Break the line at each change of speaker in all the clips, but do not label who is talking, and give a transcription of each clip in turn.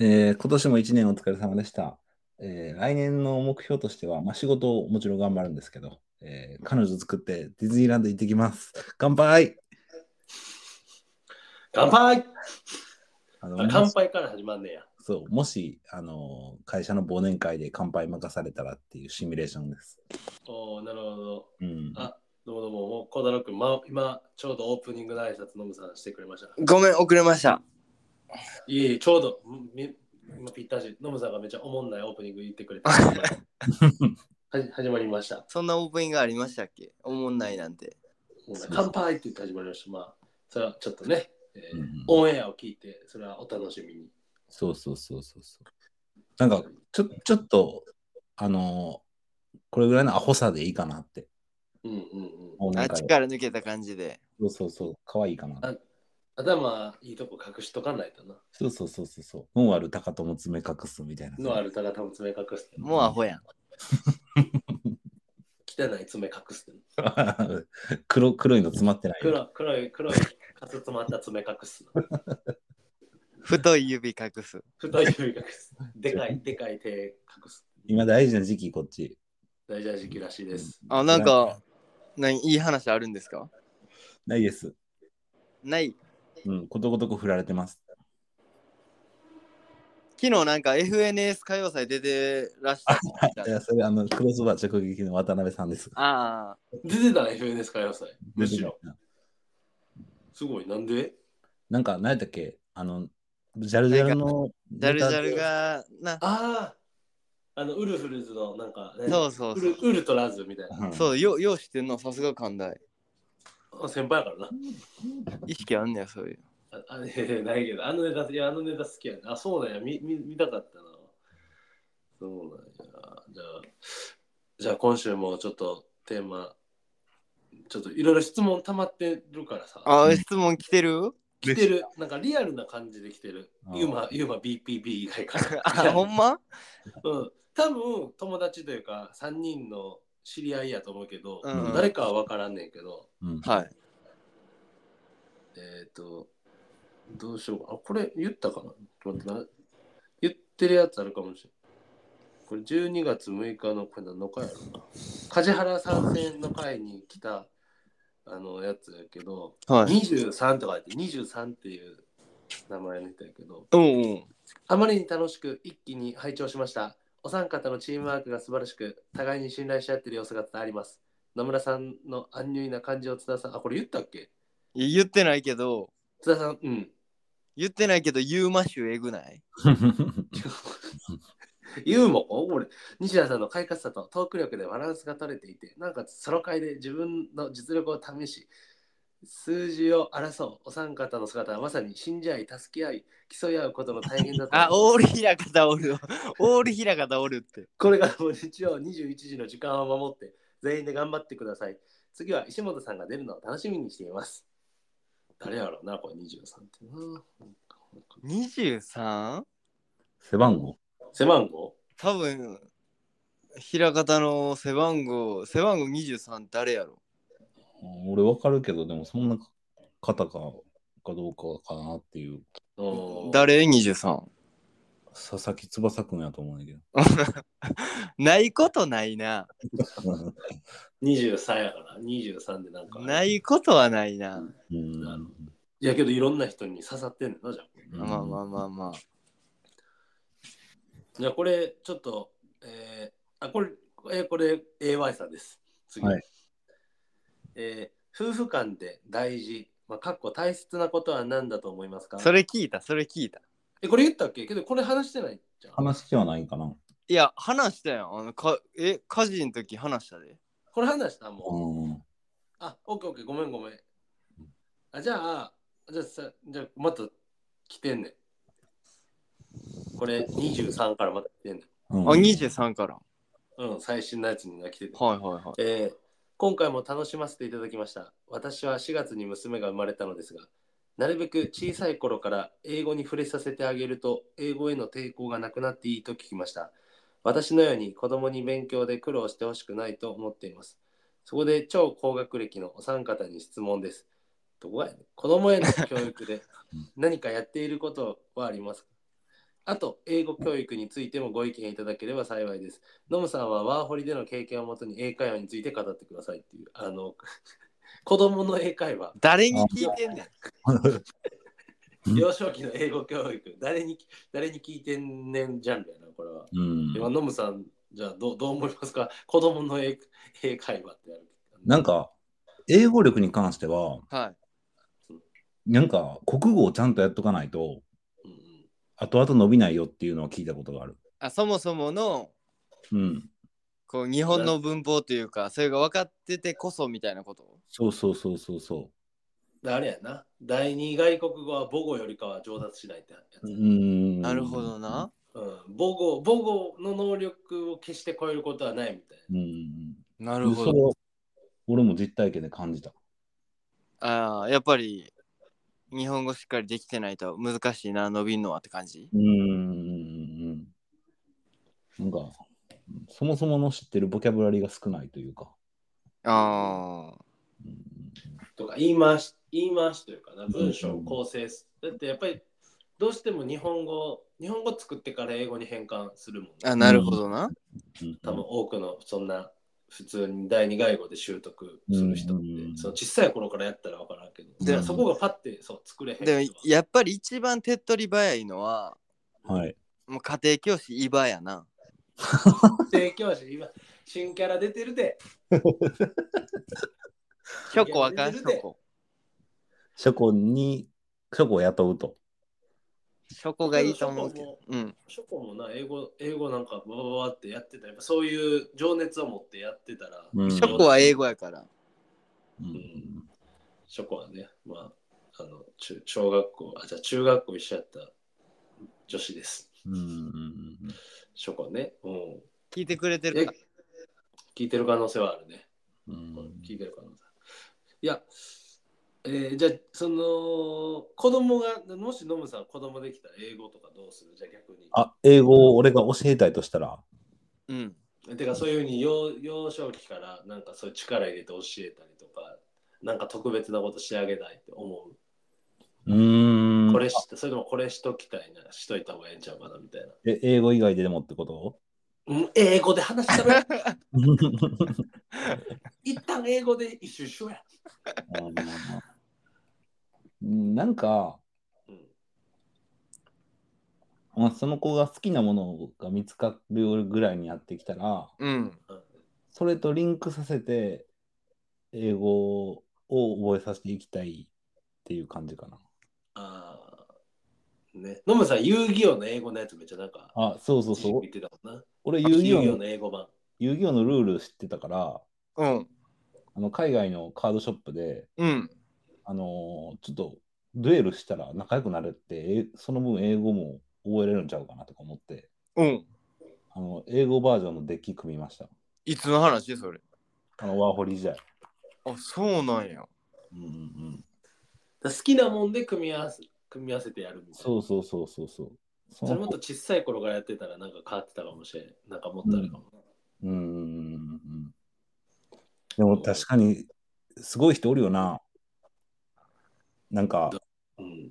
えー今年も1年お疲れ様でした。えー来年の目標としては、まあ、仕事をもちろん頑張るんですけど、えー彼女作ってディズニーランド行ってきます。 乾杯
乾杯
あ
あ
のも
乾
し
杯から始まんねや。
そうもしあの会社の忘年会で乾杯任されたらっていうシミュレーションです。
おーなるほど。
うん、
あどうもどうも、もう小太郎君、ま、今、ちょうどオープニングの挨拶のむさんしてくれました。
ごめん、遅れました。
いえいえ、ちょうど、み今ぴったし、のむさんがめっちゃおもんないオープニング言ってくれて、 はじ始まりました。
そんなオープニングありましたっけおもんないなんて。
もうね乾杯って言って始まりました。まあ、それはちょっとね、え
う
ー
んうん
オンエアを聞いて、それはお楽しみに。
そうそうそうそうそう。なんかちょちょっとあのこれぐらいのアホさでいいかなって。
うんうんうん。
忘年
あっ
会
ちから抜けた感じで。
そうそうそう、可愛いかなって。
あ頭いいとこ隠しとかないとな。
そうそうそうそうそう。ノーアル高友爪隠すみたいな。
のあるたが多分爪隠すって。
もうアホやん。
汚い爪隠すって。
黒黒いの詰まってない。
黒黒い黒いかつ詰まった爪隠す の。
太い指隠す。
太い指隠す。で かいでかい手隠す。
今大事な時期こっち。
大事な時期らしいです。
あ、なんか、何いい話あるんですか
ないです。
ない。
うん、ことごとく振られてます。
昨日なんか FNS 歌謡祭出てらっ しゃった
い。や、それあの、クロスバー直撃の渡辺さんです。
ああ、
出てた FNS 歌謡祭。むしろ。すごい。なんで
なんか、何やったっけあの、ジャルジャルの。
ジャルジャルが、な、
あああのウルフルズのなんかね。
そうそう
ウ
そ
ル
う。
ウルトラズみたいな。
うん。
そう、よよう知ってんの、さすが寛大。
あ先輩やからな。
意識あんねや、そういう。
ああいやいやないけど、あのネタ、いや、あのネタ好きやね。あ、そうなんや。見、見、見たかったな。そうなんや。じゃあ、じゃあ今週もちょっとテーマ、ちょっといろいろ質問溜まってるからさ。
あ
う
あ、
ん
質問来てる
来てる。なんかリアルな感じで来てる
あ。ー
ユーマ、ユーマ BPB 以外か
あ、
ら。
ほんま
うん。多分、友達というか、3人の知り合いやと思うけど、
うん
誰かは分からんねんけど、
うん。
はい。
えっ、と、どうしようか。あ、これ言ったかなちょっと待ってな言ってるやつあるかもしれん。これ12月6日のこれ何の回やろな。梶原参戦の回に来たあのやつやけど、
はい。
23とかって23っていう名前の人やけど、
うんうん。
あまりに楽しく一気に拝聴しました。お三方のチームワークが素晴らしく、互いに信頼し合っている様子が伝わります。野村さんの安ュイな感じを津田さん、あ、これ言ったっけ
いや言ってないけど、
津田さん、うん。
言ってないけど、ユーマ州えぐない
ユーモアこれ西田さんの快活さとトーク力でバランスが取れていてなおかつソロ会で自分の実力を試し数字を争うお三方の姿はまさに信じ合い助け合い競い合うことの大変だと
あ、オ
思
ー
い
ルひらかたおる。オールひらかたおるって。
これからも日曜21時の時間を守って全員で頑張ってください次は石本さんが出るのを楽しみにしています誰やろうなこれ23ってな
23?
背番号
背番号
多分、ひらかたの背番号、背番号23誰やろ
俺わかるけど、でもそんな方か、かどうかかなっていう。
うん
誰 ?23。
佐々木翼くんやと思うんだけど。
ないことないな。
23やから23でなんか
ないことはないな。
うん
なるほいやけどいろんな人に刺さってんのなじゃあ
うん
まあまあまあまあ。
じゃあこれちょっと、えーあこれ、えーこれ AY さんです。次。
はい
えー夫婦間で大事、まあ、かっこ大切なことは何だと思いますか
それ聞いた、それ聞いた。
えこれ言ったっけけどこれ話してないじゃん。
話ではないかな。
いや、話したやん。あのかえ、火事の時話したで。
これ話したもう。
うん。
あ、オッケーオッケー、ごめんごめん。あじゃあ、じゃあさ、じゃあまた来てんねん。これ23からまた来てんねん。
うん
あ、23から。
うん、最新のやつにが来てて。
はいはいはい。
えー今回も楽しませていただきました。私は4月に娘が生まれたのですが、なるべく小さい頃から英語に触れさせてあげると、英語への抵抗がなくなっていいと聞きました。私のように子供に勉強で苦労してほしくないと思っています。そこで超高学歴のお三方に質問です。どこがやねん子供への教育で何かやっていることはありますかあと、英語教育についてもご意見いただければ幸いです。ノムさんはワーホリでの経験をもとに英会話について語ってくださいっていう、あの、 子供の英会話、
誰に聞いてんねん。
うん
幼少期の英語教育、誰に、誰に聞いてんねんジャンルやな、これは。
うん
今、ノムさん、じゃあどう、どう思いますか子供の英英会話ってやる。
なんか、英語力に関しては、
はい。
なんか、国語をちゃんとやっとかないと、
うんうん、
後々伸びないよっていうのは聞いたことがある。
あそもそもの
うん。
こう日本の文法というか、それが分かっててこそみたいなこと
そうそうそうそうそ
だからあれやな。第二外国語は母語よりかは上達しないってやつ
う。う。ん。
なるほどな。。
うん、母語母語の能力を決して超えることはないみたい
うん。
な
な
るほど。
俺も実体験で感じた。
ああ、やっぱり日本語しっかりできてないと難しいな、伸びんのはって感じ。
うんうん。なんか、そもそもの知ってるボキャブラリーが少ないというか。うん
ああ、
なとか言い回し言い回しというかな文章を構成す、だってやっぱりどうしても日本語日本語作ってから英語に変換するもん、
あ
ね、
なるほどな。
うん
多分多くのそんな普通に第二外語で習得する人って、
うん
その小さい頃からやったら分からんけど、
で
そこがパッてそう作れへん
でもやっぱり一番手っ取り早いのは、
はい。も
もう家庭教師イバやな。
提供師今新キャラ出てるで
チョコあかん、チョコ。
書庫に、書庫を雇うと。
チョコがいいと思うけ
チョコ
ど。うん。
ショコもな英語英語なんかババババってやってたやっぱそういう情熱を持ってやってたら、
うん
チョコは英語やから。
うん
ショコはね、まあ、あの、中小学校、あ、じゃあ中学校一緒やった女子です。
うんうん
ショコね。うん。
聞いてくれて
え
るか。
聞いてる可能性はあるね。
う
うんん
うん
聞いてる可能性いや、えーじゃあ、その、子供が、もしノムさん子供できたら英語とかどうするじゃあ逆に。
あ、英語を俺が教えたいとしたら、
うん。
てか、そういうふうに幼幼少期から、なんかそういう力入れて教えたりとか、なんか特別なこと仕上げたいって思う。
うーん
これし、それでもこれしときたいな、しといた方がええんちゃうかなみたいな。
え英語以外でもってこと
うん英語で話したら 一旦英語で一周しようや。
あのうんなんか、
うん
まあ、その子が好きなものが見つかるぐらいにやってきたら、
うん。
それとリンクさせて、英語を覚えさせていきたいっていう感じかな。
あーね。ノムさん、遊戯王の英語のやつめっちゃなんか、
あ、そうそうそう
見。てたもんな。
俺、遊戯
遊戯
王
王
の
の英語版。
遊戯王のルール知ってたから、
うん。
あの海外のカードショップで、
うん。
あのーちょっとデュエルしたら仲良くなれって、えその分英語も覚えれるんちゃうかなとか思って、
うん。
あの英語バージョンのデッキ組みました。
いつの話それ。
あのワーホリ時代。
あ、そうなんや。
うんうんうん、
だから好きなもんで組み合わせ組み合わせてやるみたいな。
そうそうそうそうそう。そ
それ
の
もっと小さい頃からやってたらなんか変わってたかもしれん。なんかもっとあるかも。
うんうんうんうん。でも確かにすごい人おるよな。なんか
うん。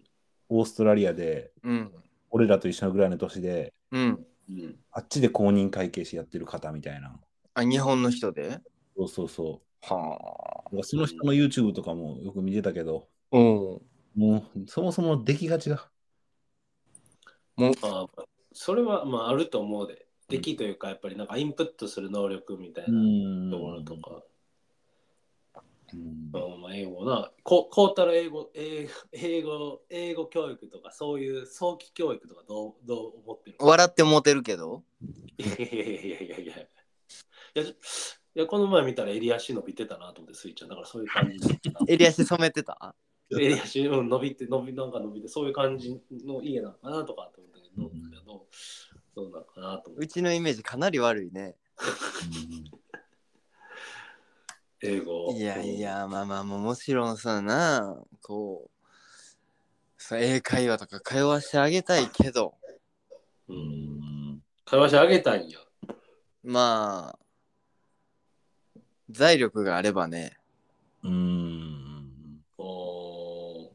オーストラリアで
うん。
俺らと一緒のぐらいの年で
うん。
うん。
あっちで公認会計士やってる方みたいな。
あ、日本の人で
そうそうそ
はあ。
う。その人の YouTube とかもよく見てたけど、
うん。
もうそもそも出来が違う。
あーそれはまああると思うで。できというか、やっぱりなんかインプットする能力みたいなところとか。
うん
うんまあ、英語な、ここうたら英語、英語、英語、英語教育とか、そういう早期教育とかどう、どう思ってる
笑ってモテるけど。
いやいやいやいやいやいや。いや、いやこの前見たら襟足伸びてたなと思って、スイちゃん。だからそういう感じだったな。
襟足染めてた
襟足、うん、伸びて、伸び、なんか伸びて、そういう感じの家なのかなとかって思ったけど、
うん
どうどうなのかなと思っ
う
て。
ちのイメージかなり悪いね。
英語。
いやい。や、まあまあ、もちろんさな、こう、そう英会話とか通わしてあげたいけど、
う。
うんん
会話しあげたんや。
まあ、財力があればね。
うん
おー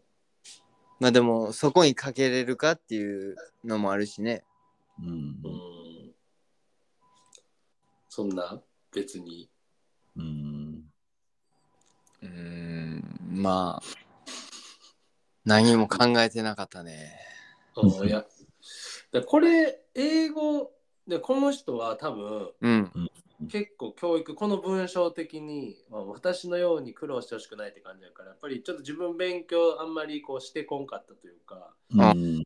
まあでも、そこにかけれるかっていうのもあるしね。
うん
う。ん。そんな、別に。
うん。
うーん、まあ、何も考えてなかったね。
うん、いや、だこれ、英語、でこの人は多分、
うん、
結構教育この文章的に、まあ、私のように苦労してほしくないって感じだからやっぱりちょっと自分勉強あんまりこうしてこんかったというか
うん。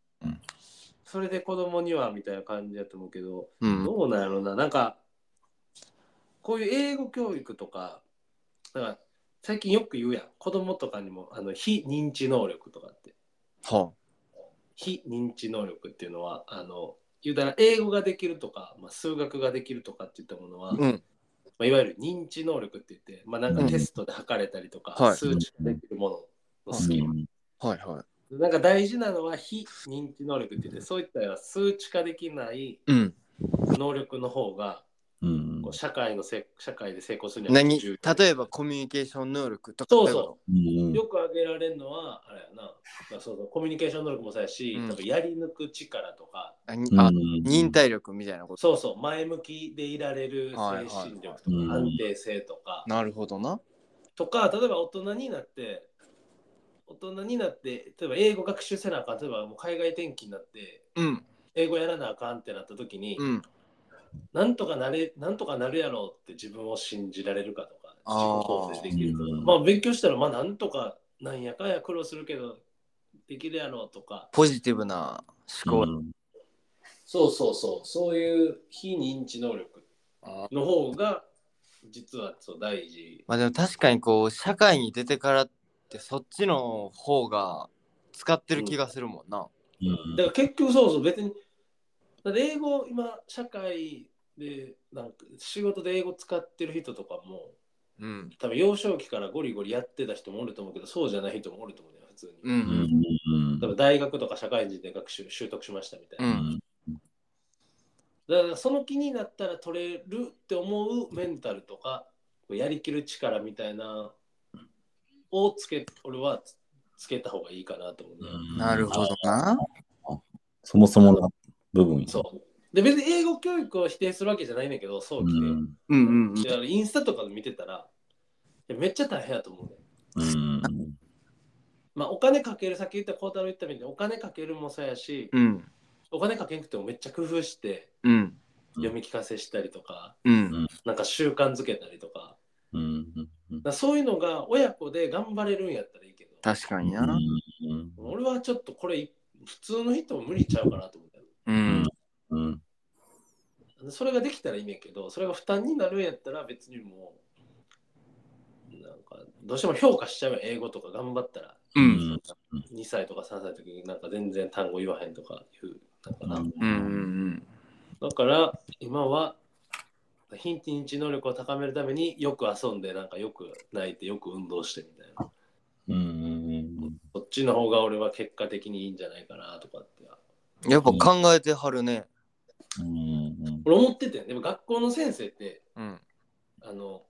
それで子供にはみたいな感じだと思うけど
うん、
どうなんやろうななんかこういう英語教育とかだから最近よく言うやん子供とかにもあの非認知能力とかって
ほ
非認知能力っていうのはあの言うたら英語ができるとか、まあ、数学ができるとかっていったものは、
う。うん、
まあ、いわゆる認知能力って言って、まあ、なんかテストで測れたりとか、
うんはい
数値ができるもののスキル、
はいは
なんか大事なのは非認知能力って言ってそういったような数値化できない
い。うん、
能力の方が
うん
こう社会のせ社会で成功するには
何
重要
例えばコミュニケーション能力とか。
そうそ
うん
うよく挙げられるのはあれやな、まあ、そうそうコミュニケーション能力もそうやし、
うん
多分やり抜く力とか
あに
うん
あ、忍耐力みたいなこと。
そうそう前向きでいられる精
はいはい
神力とか、
うん
安定性とか、
なるほどな。
とか例えば大人になって大人になって例えば英語学習せなあかん例えばもう海外転勤になって
うん、
英語やらなあかんってなった時に、
うん、
なんとかなれなんとかなるやろうって自分を信じられるかとか
あー
自己肯定できるとか
うん
まあ勉強したらまあなんとかなんやかんや苦労するけどできるやろうとか
ポジティブな思考。
そうそうそうそういう非認知能力
あ
の方が実はそう大事
まあでも確かにこう、社会に出てからってそっちの方が使ってる気がするもんな。
だから結局そうそう別にだって英語今社会でなんか仕事で英語使ってる人とかも
うん、
多分幼少期からゴリゴリやってた人もおると思うけどそうじゃない人もおると思うね普通に、
う、
うんん
多分大学とか社会人で学習習得しましたみたいうな、
ん、
だからその気になったら取れるって思うメンタルとかやりきる力みたいなをつけ俺はつつけた方がいいかなと思うね、
なるほどな。
そもそもの部分。
そうで別に英語教育を否定するわけじゃないねんだけど早期で、
うん。
うん、うん、うん
い。やインスタとかで見てたら、いやめっちゃ大変やと思うね。
うん。
まあ、お金かける、さっき言った、孝太郎言ったみたいに、お金かけるもそうやし、
うん、
お金かけなくてもめっちゃ工夫して、
うん、
読み聞かせしたりとか、
うん。
なんか習慣づけたりとか、
うん。
だからそういうのが親子で頑張れるんやったらいいけど、
確かにな。
俺はちょっとこれ、普通の人も無理ちゃうかなと思った
うん。
うん。
でそれができたらいいねんけど、それが負担になるんやったら別にもう、なんか、どうしても評価しちゃうやん英語とか頑張ったら。
うん。
2歳とか3歳の時になんか全然単語言わへんとかいうなんかな、
うん
うん。うん。
だから今は非認知能力を高めるためによく遊んでなんかよく泣いてよく運動してみたいな
うん。
そっちの方が俺は結果的にいいんじゃないかなとかって
やっぱ考えてはるね。
うん。
俺思っててでも学校の先生って
うん。
あの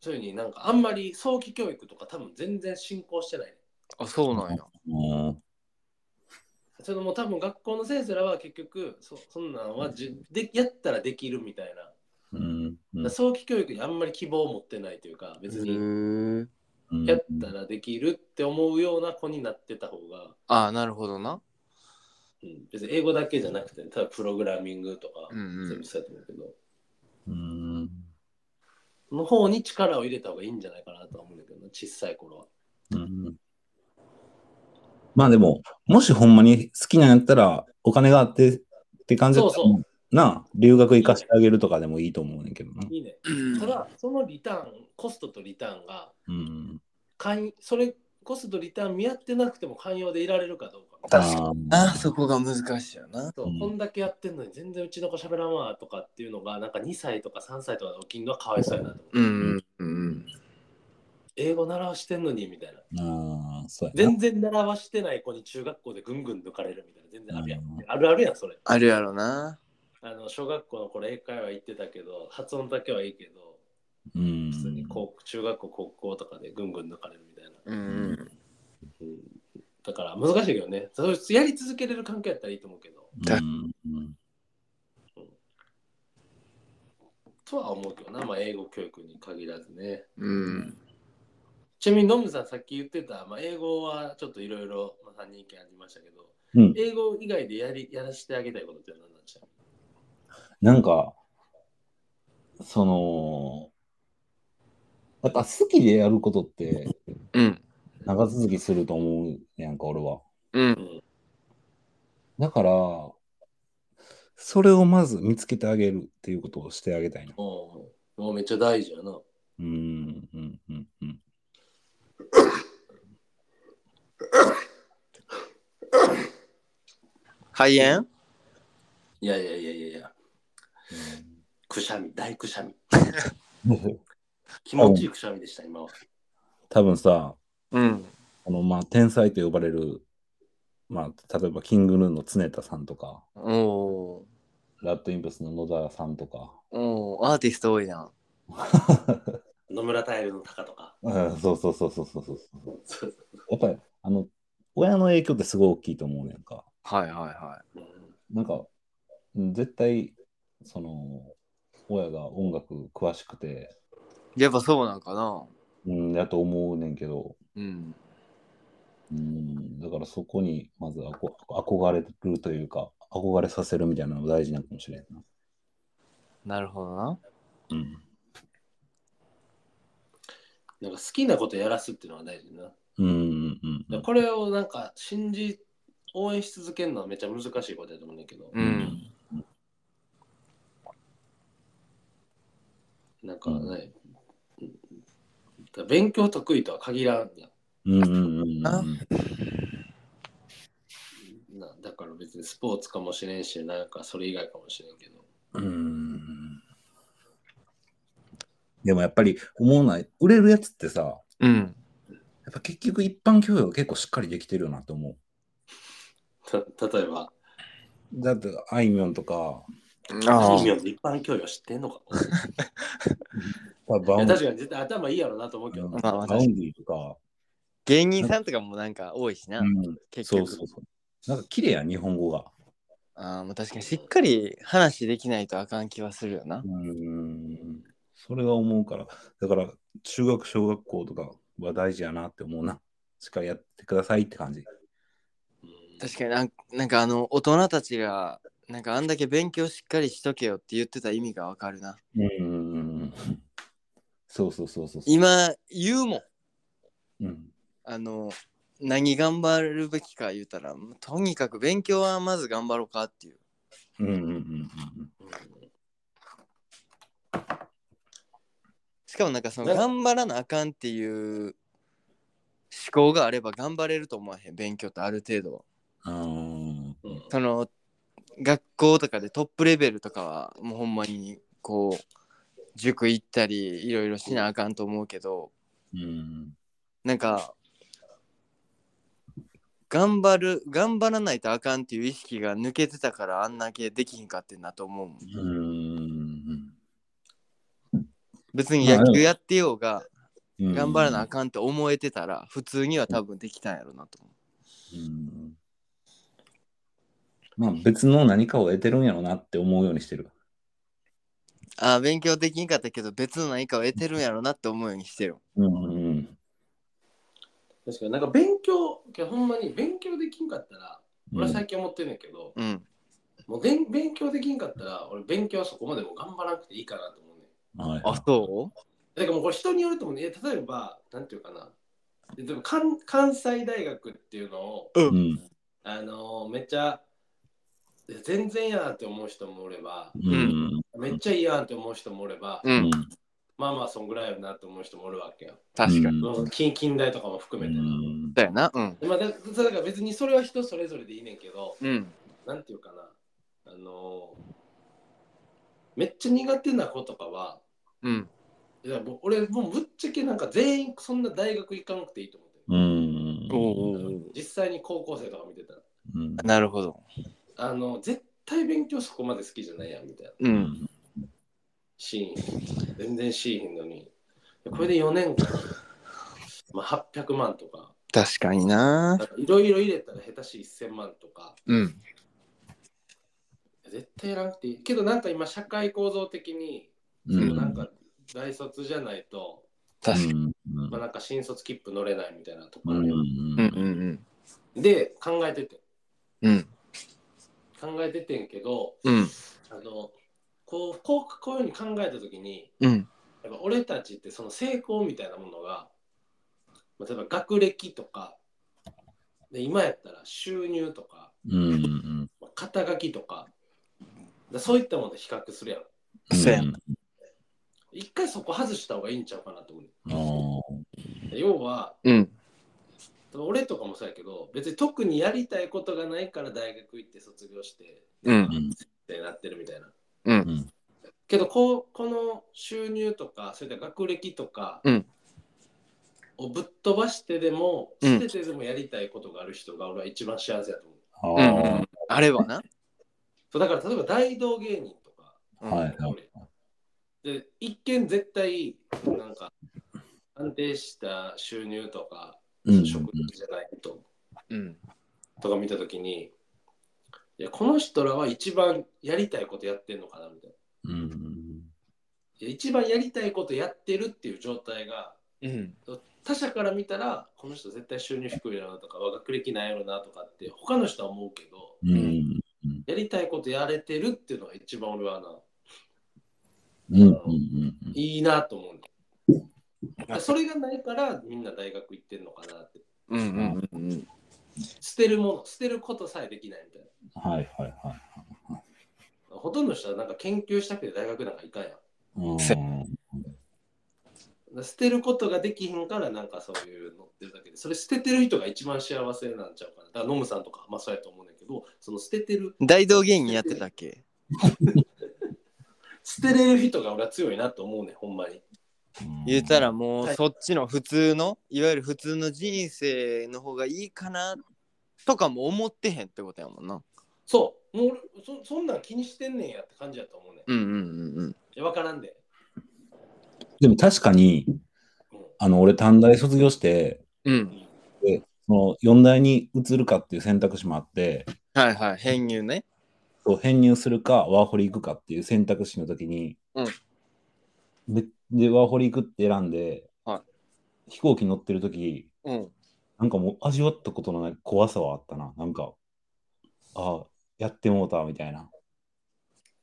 そういうふうになんかあんまり早期教育とか多分全然進行してない
あ、そうなんや。
それも多分学校の先生らは結局そそんなんはじでやったらできるみたいな
うん。
だから早期教育にあんまり希望を持ってないというか別に
へえ。
やったらできるって思うような子になってた方が、
あ、なるほどな。
うん、別に英語だけじゃなくてただプログラミングとか
うんう
全
ん
部。そうやと思うけど、
うん。
その方に力を入れた方がいいんじゃないかなとは思うんだけどな小さい頃は。
うんまあでも、もしほんまに好きなんやったら、お金があってって感じだったら
そう
なあ、留学行かせてあげるとかでもいいと思うねんけどな。
いいね。
うん
ただそのリターンコストとリターンが
うん。
寛容それコストとリターン見合ってなくても寛容でいられるかどうか。
確かに。
に
あ、そこが難しいよな。
そう
うん
こんだけやってんのに全然うちの子喋らんわとかっていうのがなんか2歳とか3歳とかで起きるのはかわいそうやなと思う、
うん。うん。
英語習わしてんのにみたいな
ああ、そうやな。
全然習わしてない子に中学校でぐんぐん抜かれるみたいな全然あるやん、あるあるやんそれ
あるやろな。
あの小学校の頃英会話行ってたけど発音だけはいいけど
うん
普通に高中学校高校とかでぐんぐん抜かれるみたいな、
うん。
うんだから難しいけどねそれやり続けれる環境やったらいいと思うけど
うん
とは思うけどな、まあ、英語教育に限らずね。
うん。
ちなみにノムさんさっき言ってた、まあ、英語はちょっといろいろ3人意見ありましたけど、
うん
英語以外でやりやらせてあげたいことって何なんでしょ
なんか、その、やっぱ好きでやることって
うん。
長続きすると思うやんか、俺は。
うん。
だから、それをまず見つけてあげるっていうことをしてあげたいな。
うもうもうめっちゃ大事やな。
うん、うん、うん、うん。
肺炎
いやいやいやいやいや、くしゃみ、大くしゃみ。
うん
気持ちいいくしゃみでした、今は。
多分さ、
うん。
あの、まあ、天才と呼ばれる、まあ、例えば、キングヌーの常田さんとか、
おー
ラッドインプスの野田さんとか、
おーアーティスト多いな。
野村タイルの鷹とか。
うん、そうそうそうそうそうそう。
そうそ
やっぱり、あの、親の影響ってすごい大きいと思うねんか。
はいはいは
ううん
なんか、うん絶対、その、親が音楽詳しくて、
い。やっぱそうなんかな。
うん、やと思うねんけど、
うん。
うん、だからそこに、まずあこ憧れるというか、憧れさせるみたいなのも大事なのかもしれんな。
なるほどな。
うん。
なんか好きなことやらすっていうのは大事だな。
うんうんうんうん。
これをなんか信じ応援し続けるのはめっちゃ難しいことやと思うんだけど、
うん。
なんかね、うんだから勉強得意とは限らんや
うんうんうんうん。
んなだから別にスポーツかもしれんしなんかそれ以外かもしれんけど
うーんでもやっぱり思うのは売れるやつってさ、や
うん。
っぱ結局一般教養が結構しっかりできてるよなと思
た例えば
う。だってあいみょんとか、
ああ
新。業の一般教養知ってんのか
バ
い
バウ
や
ンデ
確かに絶対頭いいやろなと思うけどな、
まあまあ
ィバウンディとか、
芸人さんとかもなんか多いしな。
うん、
結
そ
局。
うそうそう。なんか綺麗やん、日本語が。
ああ、もう確かにしっかり話できないとあかん気はするよな
う。ーん。それが思うから、だから中学、小学校とかは大事やなって思うな。しっかりやってくださいって感じ。
うん
確かになんなんかあの大人たちがなんかあんだけ勉強しっかりしとけよって言ってた意味がわかるな。
うーん。そうそうそうそうそう。
今言うもん。
うん
あの何頑張るべきか言うたらとにかく勉強はまず頑張ろうかっていう。
うんうんうんうんうん。
しかもなんかその
ね
頑張らなあかんっていう思考があれば頑張れると思わへん勉強ってある程度は。
うーん。
うんうん
その学校とかでトップレベルとかはもうほんまにこう塾行ったりいろいろしなあかんと思うけど
うん
なんか頑張る頑張らないとあかんっていう意識が抜けてたからあんだけできひんかってんなと思うもん
うーん
別に野球やってようが
うん
頑張らなあかんって思えてたら普通には多分できたんやろなと思
うんまあ別の何かを得てるんやろうなって思うようにしてる。
うああ勉強できんかったけど別の何かを得てるんやろなって思うようにしてる
うんうん
確かになんか勉強けどほんまに勉強できんかったら
うん
俺は最近思ってんねんけど、
うん
もうでん勉強できんかったら俺勉強はそこまでもう頑張らなくていいかなと思うねん
はい
あそう
だからもうこれ人によると思うね。え例えば、なんていうかな。えでも関関西大学っていうのを、
うん
あのーめっちゃえ全然やなって思う人もおれば、
うん
めっちゃいいやんって思う人もおれば、
うん
まあまあそんぐらいやなって思う人もおるわけよ。
確かに
うん
うん近近代とかも含めてな。
だよなうん
まあ、だだから別にそれは人それぞれでいいねんけど、
うん
なんていうかな。あのーめっちゃ苦手な子とかは、
うん
いやもう俺もうぶっちゃけなんか全員そんな大学行かなくていいと思ってる。
うん
実際に高校生とか見てたら
うん
なるほど。
あの絶対勉強そこまで好きじゃないやんみたいな
うん。
シーン全然シーンのにこれで4年間、まあ、800万とか
確かにな。
いろいろ入れたら下手し1000万とか
うん。
絶対やらなくていいけどなんか今社会構造的に
うん
でもなんか大卒じゃないと、
確かに。
うん
まあ、なんか新卒切符乗れないみたいなとこ
う
ろあるよ、
ん
うんうん
で考えてて
うん。うん。
考えててんけど
うん。
あのこうこうこういうふうに考えた時に
うん。
やっぱ俺たちってその成功みたいなものがまあ例えば学歴とかで今やったら収入とか、
うんうん
まあ肩書きとかだそういったもので比較するやん
そうやん
一回そこ外した方がいいんちゃうかなと思
あー
う要は
うん。
俺とかもそうやけど別に特にやりたいことがないから大学行って卒業して
うん。
ってなってるみたいな
うん。
うん
けどこうこの収入とかそういった学歴とか
うん
をぶっ飛ばしてでも
うん
捨ててでもやりたいことがある人が俺は一番幸せだと思う、
あ
う
ー
ん。あれはな。
そうだから例えば大道芸人とか
うん
はい
俺で一見絶対なんか安定した収入とか
うん
職じゃないと、
うん。
とか見た時にいやこの人らは一番やりたいことやってんのかなみたいな
うん
いや一番やりたいことやってるっていう状態が
うん。
他者から見たらこの人絶対収入低いやろなとか学歴ないやろなとかって他の人は思うけど
うん
やりたいことやれてるっていうのが一番俺はな
うんうんうん
いいなと思うんだだからそれがないからみんな大学行ってんのかなって
うんうんうん。
捨てるもの捨てることさえできないみたい
はいはいはい
なほとんどの人はなんか研究したくて大学なんか行かんやんだか
うん
せ
ら捨てることができひんからなんかそういうのってるだけでそれ捨ててる人が一番幸せなんちゃうかなだからノムさんとかまあそうやと思うんだけどその捨ててる
大道芸人やってたっけ
捨てれる人が俺は強いなと思うねんほんまに
言うたらもう
はい
そっちの普通の、い、わゆる普通の人生の方がいいかなとかも思ってへんってことやもんな。
そう、もう俺そそんなん気にしてんねんやって感じやと思うねん。い
うんうんうん
や、わからんで。
でも確かに
うん、
あの俺短大卒業して
うん。うん。
その4大に移るかっていう選択肢もあって
はいはい。編入ね。
そう編入するかワーホリ行くかっていう選択肢の時に、
うん
ででワーホリ行くって選んで、
は
飛行機乗ってる時
うん。
なんかもう味わったことのない怖さはあったななんかああやってもうたみたいな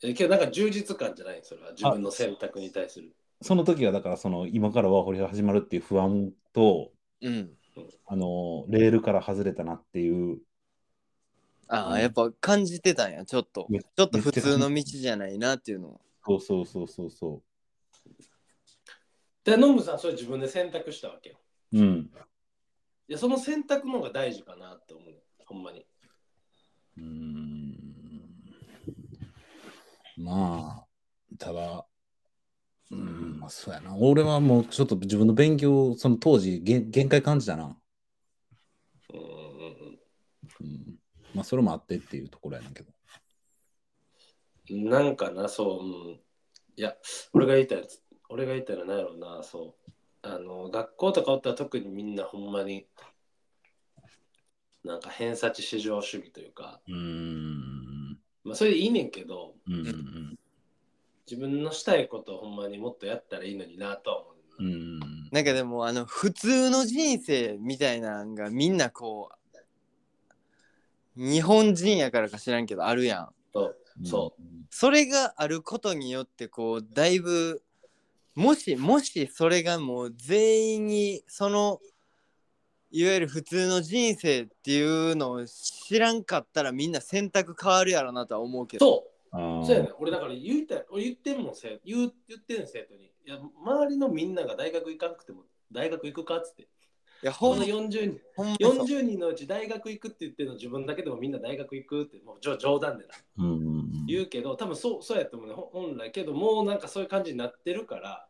えけどなんか充実感じゃないそれは自分の選択に対する。
その時はだからその今からワーホリが始まるっていう不安と
うん。
あのレールから外れたなっていう
ああ、やっぱ感じてたんや、ちょっと。
め
ちょっと普通の道じゃないなっていうのを。
そうそうそうそうそ
で、ノムさん、それ自分で選択したわけよ。
ううん、
いや、その選択の方が大事かなって思うねん。ほんまに。
うーんまあ、ただ、うーん、まあ、そうやな。俺はもうちょっと自分の勉強、その当時、限限界感じたな。
うんうん
うん、まあ、それもあってっていうところやねんけど。
うん。なんかな、そう、うん。いや、俺が言いたいやつ、俺が言いたいのはなんやろうな、そう。あの、学校とかおったら特にみんなほんまに、なんか偏差値至上主義というか、
うーん。
まあ、それでいいねんけど、
うんうん
自分のしたいことをほんまにもっとやったらいいのになとは思
う
う、
ん。うん
なんかでもあの普通の人生みたいなんがみんなこう日本人やからか知らんけどあるやん
そうそ
それがあることによってこうだいぶもしもしそれがもう全員にそのいわゆる普通の人生っていうのを知らんかったらみんな選択変わるやろなとは思うけど
そ
あ
う
ー
そうやねん俺だから言いたい俺言ってんもん生言う言ってんの生徒にいや周りのみんなが大学行かなくても大学行くかっつって
いやほ
こ
ん
の
ま
40人
ほんまそう
40人のうち大学行くって言ってるの自分だけでもみんな大学行くってもう冗冗談でな
うんうんうん
言うけど多分そうそうやってもねほ本来けどもうなんかそういう感じになってるから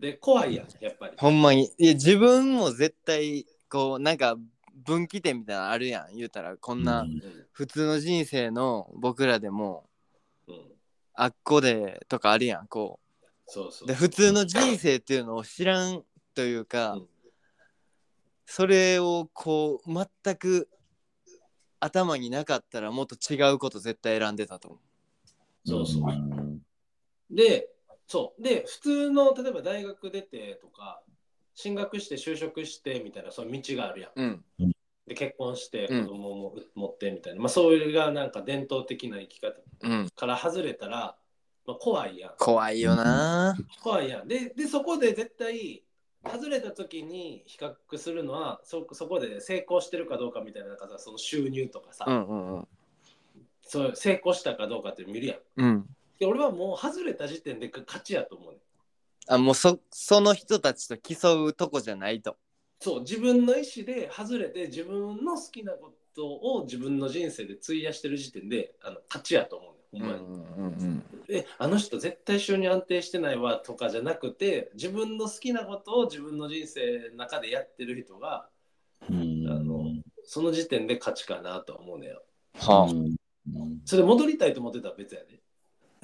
で怖いやんやっぱり
ほんまに。いや、自分も絶対、こう、なんか、分岐点みたいなのあるやん。言うたら、こん
う
なん普通の人生の僕らでも、
うん、うん、
あっこでとかあるやん、こ
そうそう
う。で、普通の人生っていうのを知らんというか
うん、
それをこう、全く頭になかったら、もっと違うこと絶対選んでたと思
そうそう
うん
でそう。で、普通の、例えば大学出てとか、進学して就職してみたいな、その道があるやん。
うん
で、結婚して
うん
子供も持ってみたいな。まあ、それがなんか伝統的な生き方
うん
から外れたら、まあ、怖いやん。
怖いよな
怖いやん。で、で、そこで絶対、外れた時に比較するのはそそこで成功してるかどうかみたいななんかさその収入とかさ、
うんうんうん
そう成功したかどうかって見るやん
うん
で俺はもう外れた時点で勝ちやと思うねん
あもうそその人たちと競うとこじゃないと
そう自分の意思で外れて自分の好きなことを自分の人生で費やしてる時点であの勝ちやと思うねんほんまに
うん
えあの人絶対収入安定してないわとかじゃなくて自分の好きなことを自分の人生の中でやってる人が
うん
あのその時点で勝ちかなとは思うねんよ
は
うん
それ戻りたいと思ってたら別やで、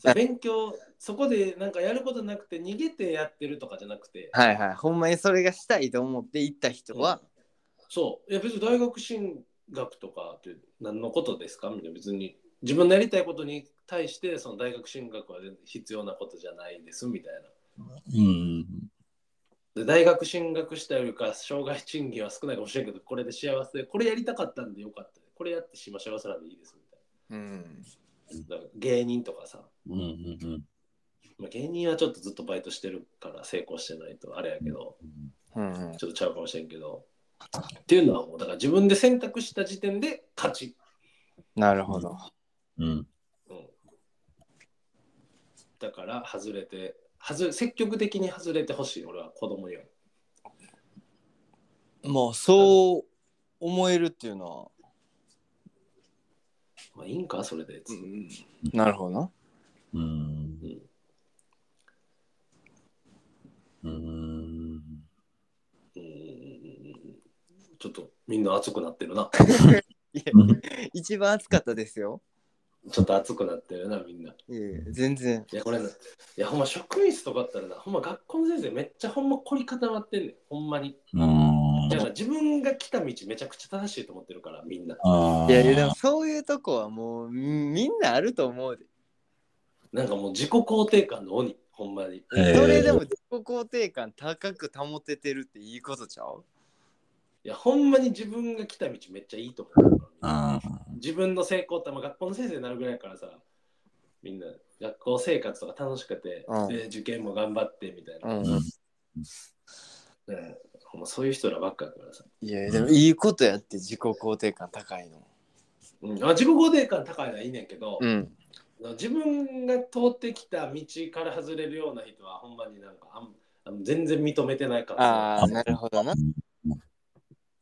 そう勉強そこでなんかやることなくて逃げてやってるとかじゃなくて
あはいはいほんまにそれがしたいと思って行った人は
そういや別に大学進学とかって何のことですかみたいな別に自分のやりたいことに対してその大学進学は全然必要なことじゃないですみたい
うん
なで大学進学したよりか障害賃金は少ないかもしれんけどこれで幸せでこれやりたかったんでよかったこれやってしま幸せなんでいいですみたい
うん
なだから芸人とかさ、
うんうん
まあ、芸人はちょっとずっとバイトしてるから成功してないとあれやけど
うんうん
ちょっとちゃうかもしれんけどっていうのはもうだから自分で選択した時点で勝ち
なるほど
うん
うんだから外れて外れ積極的に外れてほしい俺は子供には
まあそう思えるっていうのは
まあいいんかそれで、
なるほどな
うんう
うん
ん
うんうんうんうんちょっとみんな熱くなってるな
いや一番暑かったですよ
ちょっと熱くなってるなみんない
えいえ全然
いやこれないやほんま職員室とかあったらなほんま学校の先生めっちゃほんま凝り固まってんねんほんまに
あ
だか
ー
ら自分が来た道めちゃくちゃ正しいと思ってるからみんな
あー
いやいやでもそういうとこはもうみんなあると思うで
なんかもう自己肯定感の鬼ほんまに
えー
それでも自己肯定感高く保ててるっていいことちゃう
いやほんまに自分が来た道めっちゃいいと思うから
あー
自分の成功って、まあ、学校の先生になるぐらいやからさみんな学校生活とか楽しくて、
うん
で受験も頑張ってみたいな、
ん
うんほんまそういう人らばっかやからさ、
いやでもいいことやって自己肯定感高いの
うんあ自己肯定感高いのはいいねんけど、
ん
自分が通ってきた道から外れるような人はほんまになんかあんあの全然認めてないから
ああなるほどな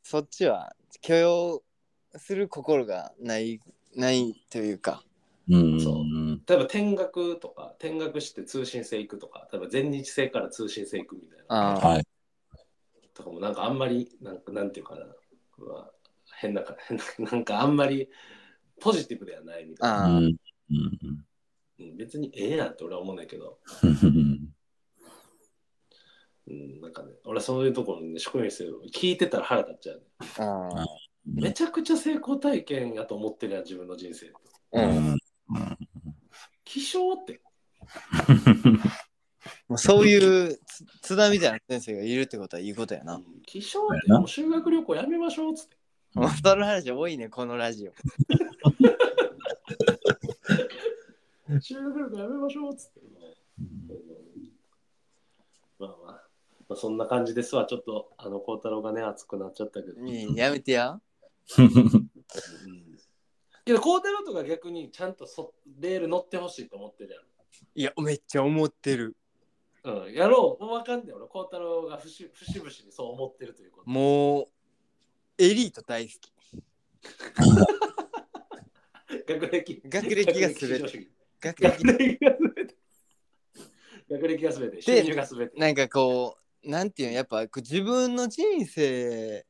そっちは許容する心がないないというか
うん
そう
うん
例えば転学とか転学して通信制行くとか例えば全日制から通信制行くみたいな
あ
はい
とかもなんかあんまりなんかなんていうかな、まあ、変なか 変ななんかあんまりポジティブではないみたいな
う
あ
んうん
うん別にええやんって俺は思うんだけど、
うん
うん、なんかね俺はそういうところに、ね、職員室聞いてたら腹立っちゃう、ね、
あ
めちゃくちゃ成功体験やと思ってるやん自分の人生
うん
気象って
もうそういうつ 津田みたいな先生がいるってことはいいことやな
気象ってもう修学旅行やめましょうっつって
もうその話多いねこのラジオ
修学旅行やめましょうっつって、まあまあ、まあ、そんな感じですわちょっとあの孝太郎がね熱くなっちゃったけど、
いいやめてや
うんけど孝太郎とか逆にちゃんとそレール乗ってほしいと思ってる
いやめっちゃ思ってる
やろ。うん、やろう。もうわかんない。俺、孝太郎が節節々にそう思ってるということ。
もうエリート大好き
学歴。
学歴が全て
て。
学歴
学歴が全て。学歴が全て。収入が全て。
なんかこうなんていうのやっぱこう自分の人生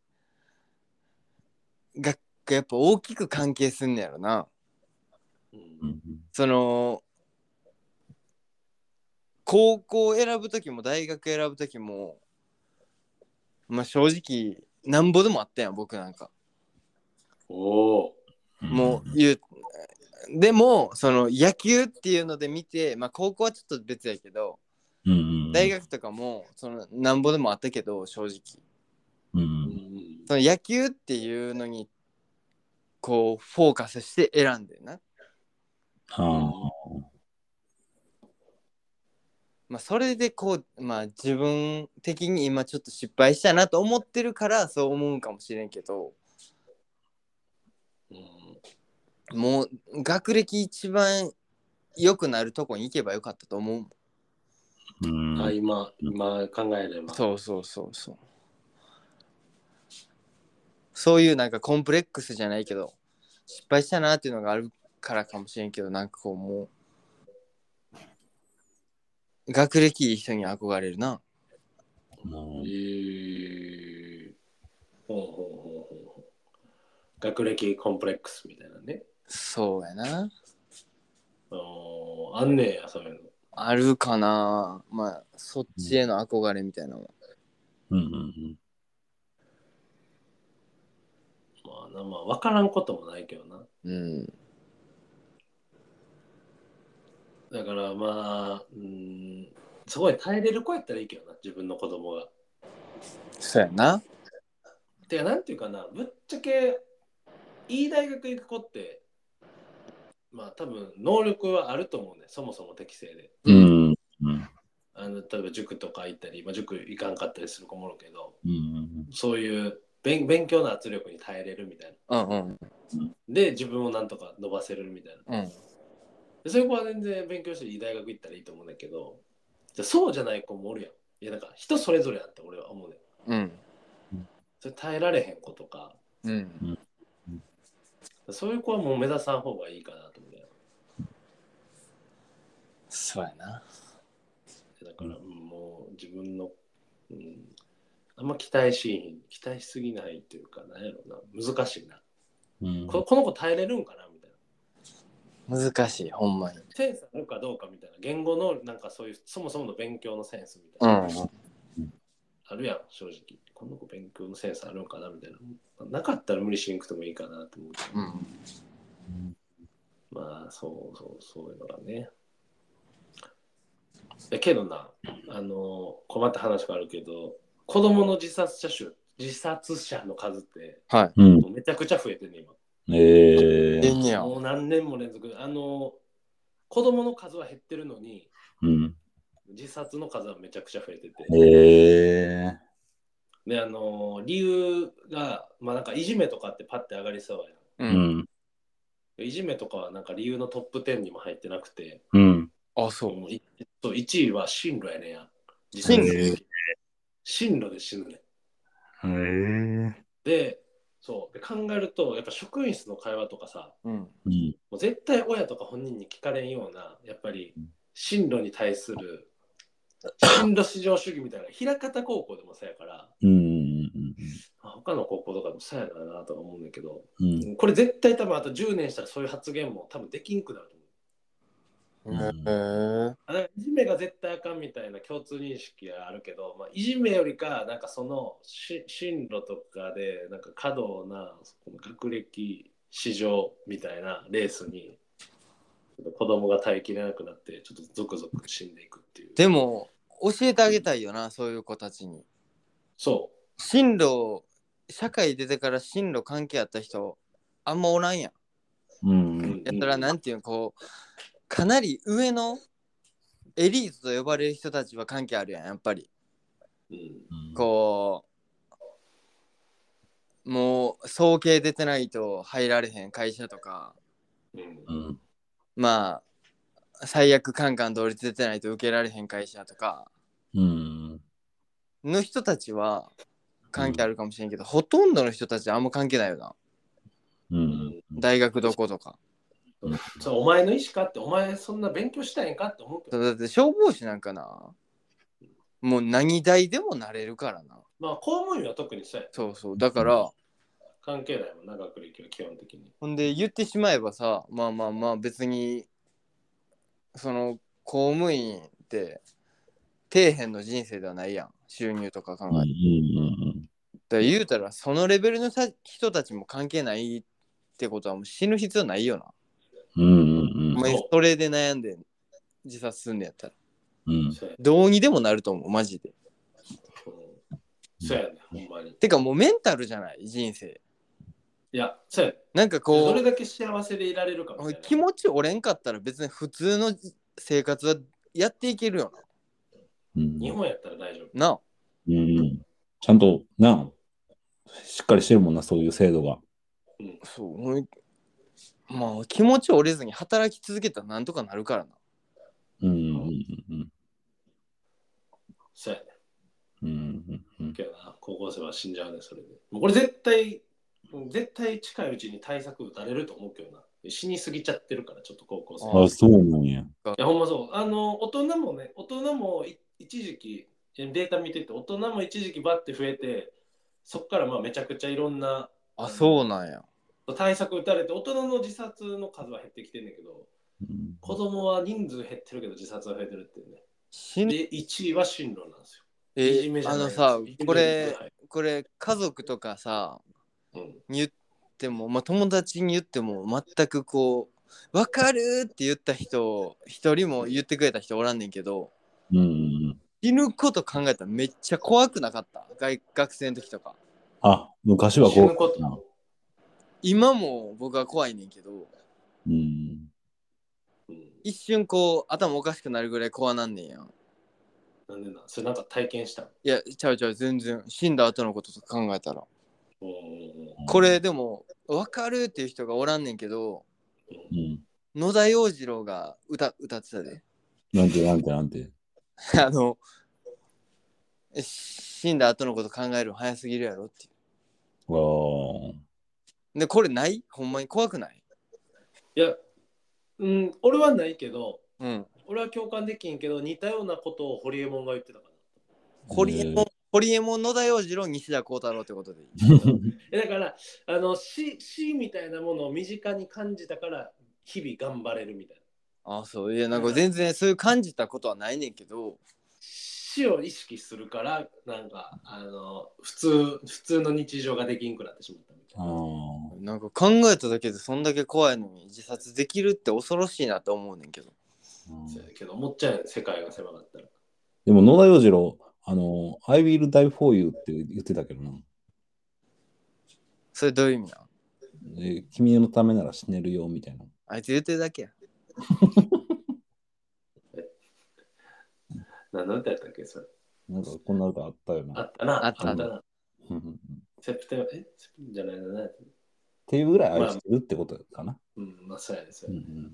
がやっぱ大きく関係すんねやろな
うん
その高校選ぶ時も大学選ぶ時もまあ正直なんぼでもあったやん僕なんか
おお。
もう言うでもその野球っていうので見てまあ高校はちょっと別やけど
うんうん
大学とかもそのなんぼでもあったけど正直
うんう
うんん
その野球っていうのにこうフォーカスして選んでんな、
あ
まあ、それでこう、まあ、自分的に今ちょっと失敗したなと思ってるからそう思うんかもしれんけど
うん
もう学歴一番良くなるとこに行けばよかったと思う
ーうん
あ今今考えれば
そうそうそうそうそういうなんかコンプレックスじゃないけど失敗したなっていうのがあるからかもしれんけどなんかこうもう学歴いい人に憧れるな
もう
えーほうほうほうほう学歴コンプレックスみたいなね
そうやな
あーあんねやそういうの
あるかなまあそっちへの憧れみたいなのは
うんうん
まあなまあ分からんこともないけどな
うん
だからまあうんすごい耐えれる子やったらいいけどな自分の子供が
そうやな
てかなんていうかなぶっちゃけいい大学行く子ってまあ多分能力はあると思うねそもそも適正で
うんうんうん
あの例えば塾とか行ったり、まあ、塾行かんかったりする子もおるけど
うん
そういう勉勉強の圧力に耐えれるみたいな
うんうん
で自分をなんとか伸ばせるみたいな
うん
でそういう子は全然勉強していい大学行ったらいいと思うんだけどじゃあそうじゃない子もおるやんいやなんか人それぞれやんって俺は思うね
うん
それ耐えられへん子とか
うん
そういう子はもう目指さん方がいいかなと思うね
そうやな
だから、うんもう自分の、うん、あんま期待しひん期待しすぎないというかなんやろな難しいな、
うん
ここの子耐えれるんかなみたいな
難しいほんまに
センスあるかどうかみたいな言語のなんかそういうそもそもの勉強のセンスみた
う
い
ん
な、あるやん正直この子勉強のセンスあるんかなみたいななかったら無理しにくてもいいかなと思うけど
うん
まあそうそうそういうのがねだけどなあの困った話があるけど子供の自殺者数自殺者の数って
はい
うん
もうめちゃくちゃ増えてんね今
ええ
えんねや
もう何年も連続あの子供の数は減ってるのに
うん
自殺の数はめちゃくちゃ増えてて
ええ
であの理由がまあなんかいじめとかってパッて上がりそうやん
う
うんん
いじめとかはなんか理由のトップ10にも入ってなくて、
うん
あそう
もういそう1位は進路やねんや。
進路
自殺進路で死ぬねん。
ええ
で、そうで考えると、やっぱ職員室の会話とかさ、
うん
うん
もう絶対親とか本人に聞かれんような、やっぱり進路に対する進路至上主義みたいな、平方高校でもさやから、
うん
まあ他の高校とかでもさやだなとか思うんだけど、
うん
これ絶対多分あと10年したらそういう発言も多分できんくなると思う。
へえ
あなんかいじめが絶対あかんみたいな共通認識はあるけど、まあ、いじめよりかなんかそのし進路とかでなんか過度なその学歴市場みたいなレースにちょっと子供が耐えきれなくなってちょっとゾクゾク死んでいくっていう
でも教えてあげたいよなそういう子たちに
そ
進路社会出てから進路関係あった人あんまおらんやん
う
う、うんん
やったらなんていうのこうかなり上のエリートと呼ばれる人たちは関係あるやんやっぱり
うん
こうもう総計出てないと入られへん会社とか
うん
う、ん
まあ最悪カンカン同率出てないと受けられへん会社とか
うん
の人たちは関係あるかもしれんけど、ほとんどの人たちはあんま関係ないよな
うん
大学どことか
そうお前の意思かってお前そんな勉強したいんかって思うけ
そ
ど、
うだって消防士なんかなもう何代でもなれるからな
まあ、公務員は特にそうや
そうそうだから
関係ないもんな学歴は基本的に。
ほんで言ってしまえばさまあまあまあ別にその公務員って底辺の人生ではないやん収入とか考えて、だから言うたらそのレベルのさ人たちも関係ないってことはもう死ぬ必要ないよな
うんうん
お前それで悩んで自殺すんねやったら。
うん。
そうや
どうにでもなると思うマジで
うんそうやね、ほんまに。
てかもうメンタルじゃない人生
いや、そうやね。
なんか
ど
こ
れ
う
だけ幸せでいられるかみたいな。
気持ち折れんかったら別に普通の生活はやっていけるよ
うん
日本やったら大丈夫。
ななあ
うんうん。ちゃんと、な、しっかりしてるもんな、そういう制度が。
そうもうまあ気持ち折れずに働き続けたらなんとかなるからな
うんうんうん
そうやね。
うんうんうん
けどな、高校生は死んじゃうね、それで。もうこれ絶対、絶対近いうちに対策打たれると思うけどな。死にすぎちゃってるから、ちょっと高校生。
あ
あ、そうなんや。
いや、ほんまそう。あの、大人もね、大人もい一時期、データ見てて、大人も一時期バッて増えて、そっからまあめちゃくちゃいろんな
あそうなんや
対策打たれて、大人の自殺の数は減ってきてんだけど、
うん
子供は人数減ってるけど自殺は増えてるっていうね。
死ぬ
で、1位は進路なんですよ。
え
いじめじゃ
あ
ない
の
です
さ
いじめ
こ
じ
れ
ゃない
これ家族とかさ
うん、
に言っても、まあ、友達に言っても全くこう「分かる!」って言った人一人も言ってくれた人おらんねんけど
うんうん。
死ぬこと考えたらめっちゃ怖くなかった外学生の時とか
あ、昔は
死
こう
ぬこと
な。
今も僕は怖いねんけど
うん。
うん、
一瞬こう頭おかしくなるぐらい怖なんねんや
なんでな、それなんか体験したの
いやちゃうちゃう全然死んだ後のこととか考えたら
うんうんうん
これ、でも「分かる!」っていう人がおらんねんけど
うん。
野田洋次郎が歌歌ってたで
なんてなんてなんて。
あの、死んだ後のこと考えるの早すぎるやろってい
わー
う。で、これないほんまに怖くない
いや、うん、俺はないけど、
うん。
俺は共感できんけど、似たようなことをホリエモンが言ってたかな。
ホリエモ
え
ン、ホリエモン野田洋次郎、西田幸太郎ってことでいい。
えだからあの死死みたいなものを身近に感じたから日々頑張れるみたいな
ああ、そう。いや、なんか全然そういう感じたことはないねんけど、
死を意識するからなんかあの普通普通の日常ができんくなってしまったみたい
あ
な
ー
なんか考えただけでそんだけ怖いのに自殺できるって恐ろしいなと思うねんけど。
そうやけど思っちゃうよね世界が狭かったら
でも野田洋次郎、あの、I will die for you って言ってたけどな。
それどういう意味なん
え君のためなら死ねるよみたいな。
あいつ言ってるだけや。
何の歌やったっけそれ
なんかこんな歌あったよ
あ
な。
ったな
あった
な
うんうんうんっ
セプテンえセプテンじゃないな何やった
ていうぐらい愛してるってことかな。
うんまあそうやねそう
う
やね
ん
い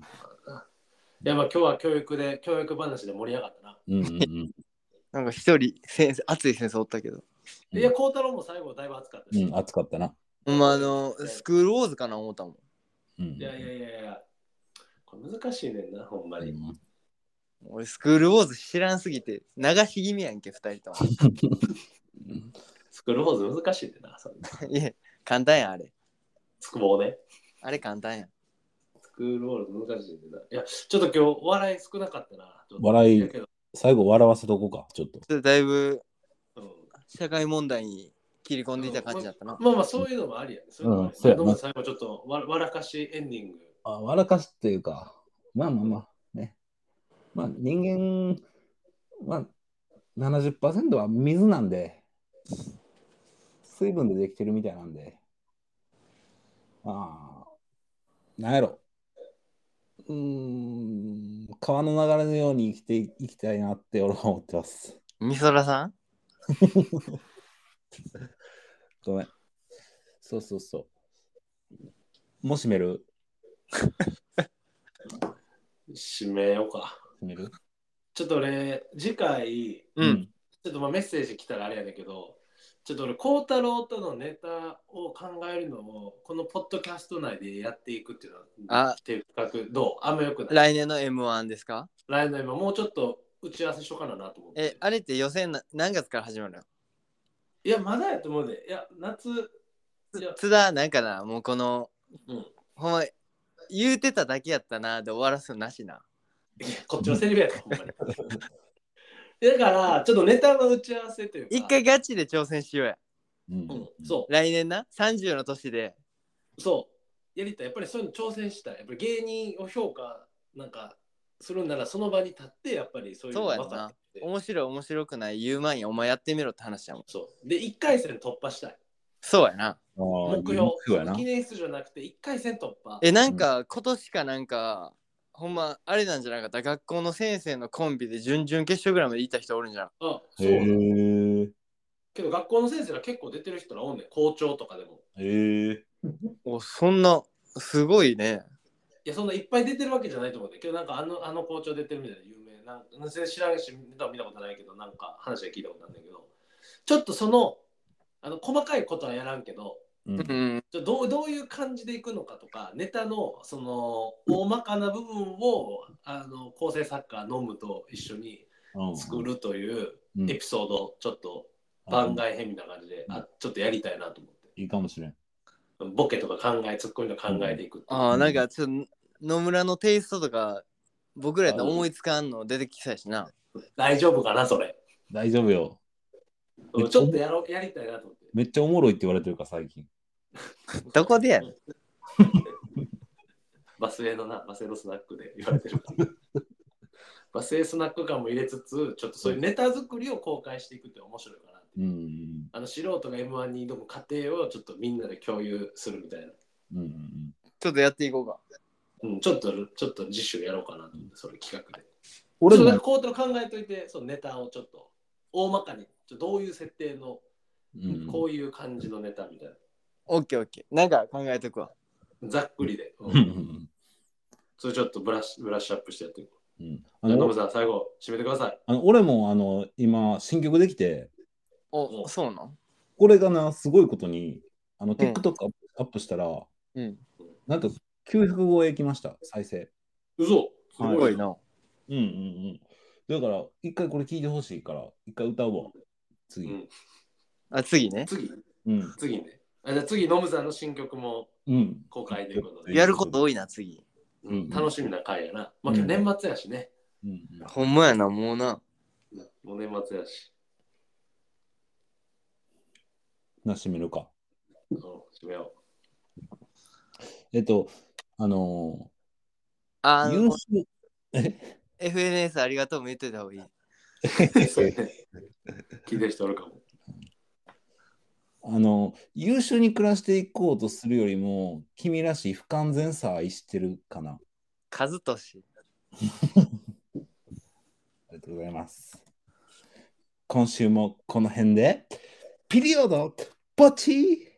やまあ今日は教育で教育話で盛り上がったな
うんうんうん
なんか一人先生、熱い先生おったけど。
うん
いや孝太郎も最後だいぶ熱かった
う
し、
ん、熱かったな。
ほんまあの、スクールウォーズかな思ったもん。
うん
いやいやいやいやこれ難しいねんなほんまに、
うん
俺スクールウォーズ知らんすぎて流し気味やんけ2人と も
スクールホーズ難しいってな。それ
いえ簡単やんあれ
スクボーね。
あれ簡単やん
スクールホーズ難しいってな。いや、ちょっと今日笑い少なかったな。ちょっと
笑い
だけど
最後笑わせとこうか、ちょっと。
ちょっとだいぶ
うん
社会問題に切り込んでいた感じだったな、
まあまあ、そういうのもありやね。そういうのもあり
そうやな
でも最後ちょっとわ笑かしエンディング。
あ、笑かしっていうか、まあまあまあ、ね。まあ人間、まあ70%は水なんで、水分でできてるみたいなんで、まあ、なんやろ。うーん、川の流れのように生きていきたいなって俺は思ってます。
みそらさん
ごめん。そうそうそう。もう閉める
締めようか。
閉める
ちょっと俺、次回、
うん、
ちょっとまあメッセージ来たらあれやねんけど、ちょっと俺、孝太郎とのネタを考えるのを、このポッドキャスト内でやっていくっていうのは
あ、
っていう企画、どうあんまよくない。
来年の m 1ですか
来年ももうちょっと打ち合わせしようかなと思って。
えあれって予選な何月から始まるの
いや、まだやと思うで。いや、 夏、いや、
津田なんかなもうこの
うん、い
ほんま言うてただけやったなで終わらすのなしな
やこっちのセリフやから、ほんまに。だから、ちょっとネタの打ち合わせというか。
一回、ガチで挑戦しようや
うん
うん、そ
来年な30の年で
う、そう。やりたい。やっぱりそういうの挑戦したい。やっぱり芸人を評価、なんか、するんならその場に立ってやっぱりそういうの
そうやんな
分かってて
面白い面白くない言う前にお前やってみろって話やもん
そうで1回戦突破したい
そうやな
あ
目
ー
標
そうやな
記。念出場じゃなくて1回戦突破
えなんか今年かなんかほんまあれなんじゃなかった学校の先生のコンビで準々決勝ぐらいまで行った人おるんじゃん
あ
へ
そう
え。
けど学校の先生ら結構出てる人らおんねん校長とかでも
へえ。
おそんなすごいね
いやそんないっぱい出てるわけじゃないと思うんだけどなんかあのあの校長出てるみたいな有名なんか全然知らんし見た見たことないけどなんか話は聞いたことあるんだけどちょっとそのあの細かいことはやらんけど
う
うんん
ちょどうどういう感じでいくのかとかネタのその大まかな部分をあの構成作家のむと一緒に作るという
うん
エピソードちょっと番外編みたいな感じで、
うん
あちょっとやりたいなと思って
いいかもしれん。
ボケとか考えツッコミの考えていくっていう
あーなんかちょっと野村のテイストとか僕らやったら思いつかんの出てきそうやしな
大丈夫かなそれ
大丈夫よ。
うんちょっとやろうやりたいなと思って
めっちゃおもろいって言われてるから、最近。
どこでやねん
バスへのなバスへのスナックで言われてるバスへスナック感も入れつつちょっとそういうネタ作りを公開していくって面白いかなっていう
うんうん
あの素人が M1 に挑む過程をちょっとみんなで共有するみたいな。
うん。うんうん
ちょっとやっていこうか
うん、ちょっと、ちょっと次週やろうかなと思って、それ企画で。
俺
ちょっと
も、
コート考えといて、そのネタをちょっと、大まかに、ちょっとどういう設定の、
うん
こういう感じのネタみたい
オッケーオッケーなんか考えとくわ
な。ざっくりで。
う
うん
うんうん
それちょっとブラッシュブラッシュアップしてやっていこう。
うんあ
じゃあ、ノブ
の
さん、最後、締めてください。
あの俺もあの今、新曲できて、
お
お
そうなん
これがな、すごいことに、あの TikTok アップアップしたら、
うん
なんと900超えきました、再生。
嘘す
はい
すごいな
うんうんうん。だから、一回これ聞いてほしいから、一回歌うわ。
う
次。
ん
あ次ね
次、
うん。
次ね。あじゃあ次、ノブさんの新曲も
うん。
公開ということで、
やること多いな次
うん
うん楽しみな回やな。まあ、今日年末やしね。
うんうん
ほんまやなもうな
うんもう年末やし。
な、締めるか。
うん、締めよう。
えっと、あの
あ
ー、
の
優秀
FNS ありがとうも言ってた方がいい。
そうね 聞いてる人おるかも。
あの優秀に暮らしていこうとするよりも君らしい不完全さ愛してるかな
カズトシ。
ありがとうございます今週もこの辺でピリオドポチ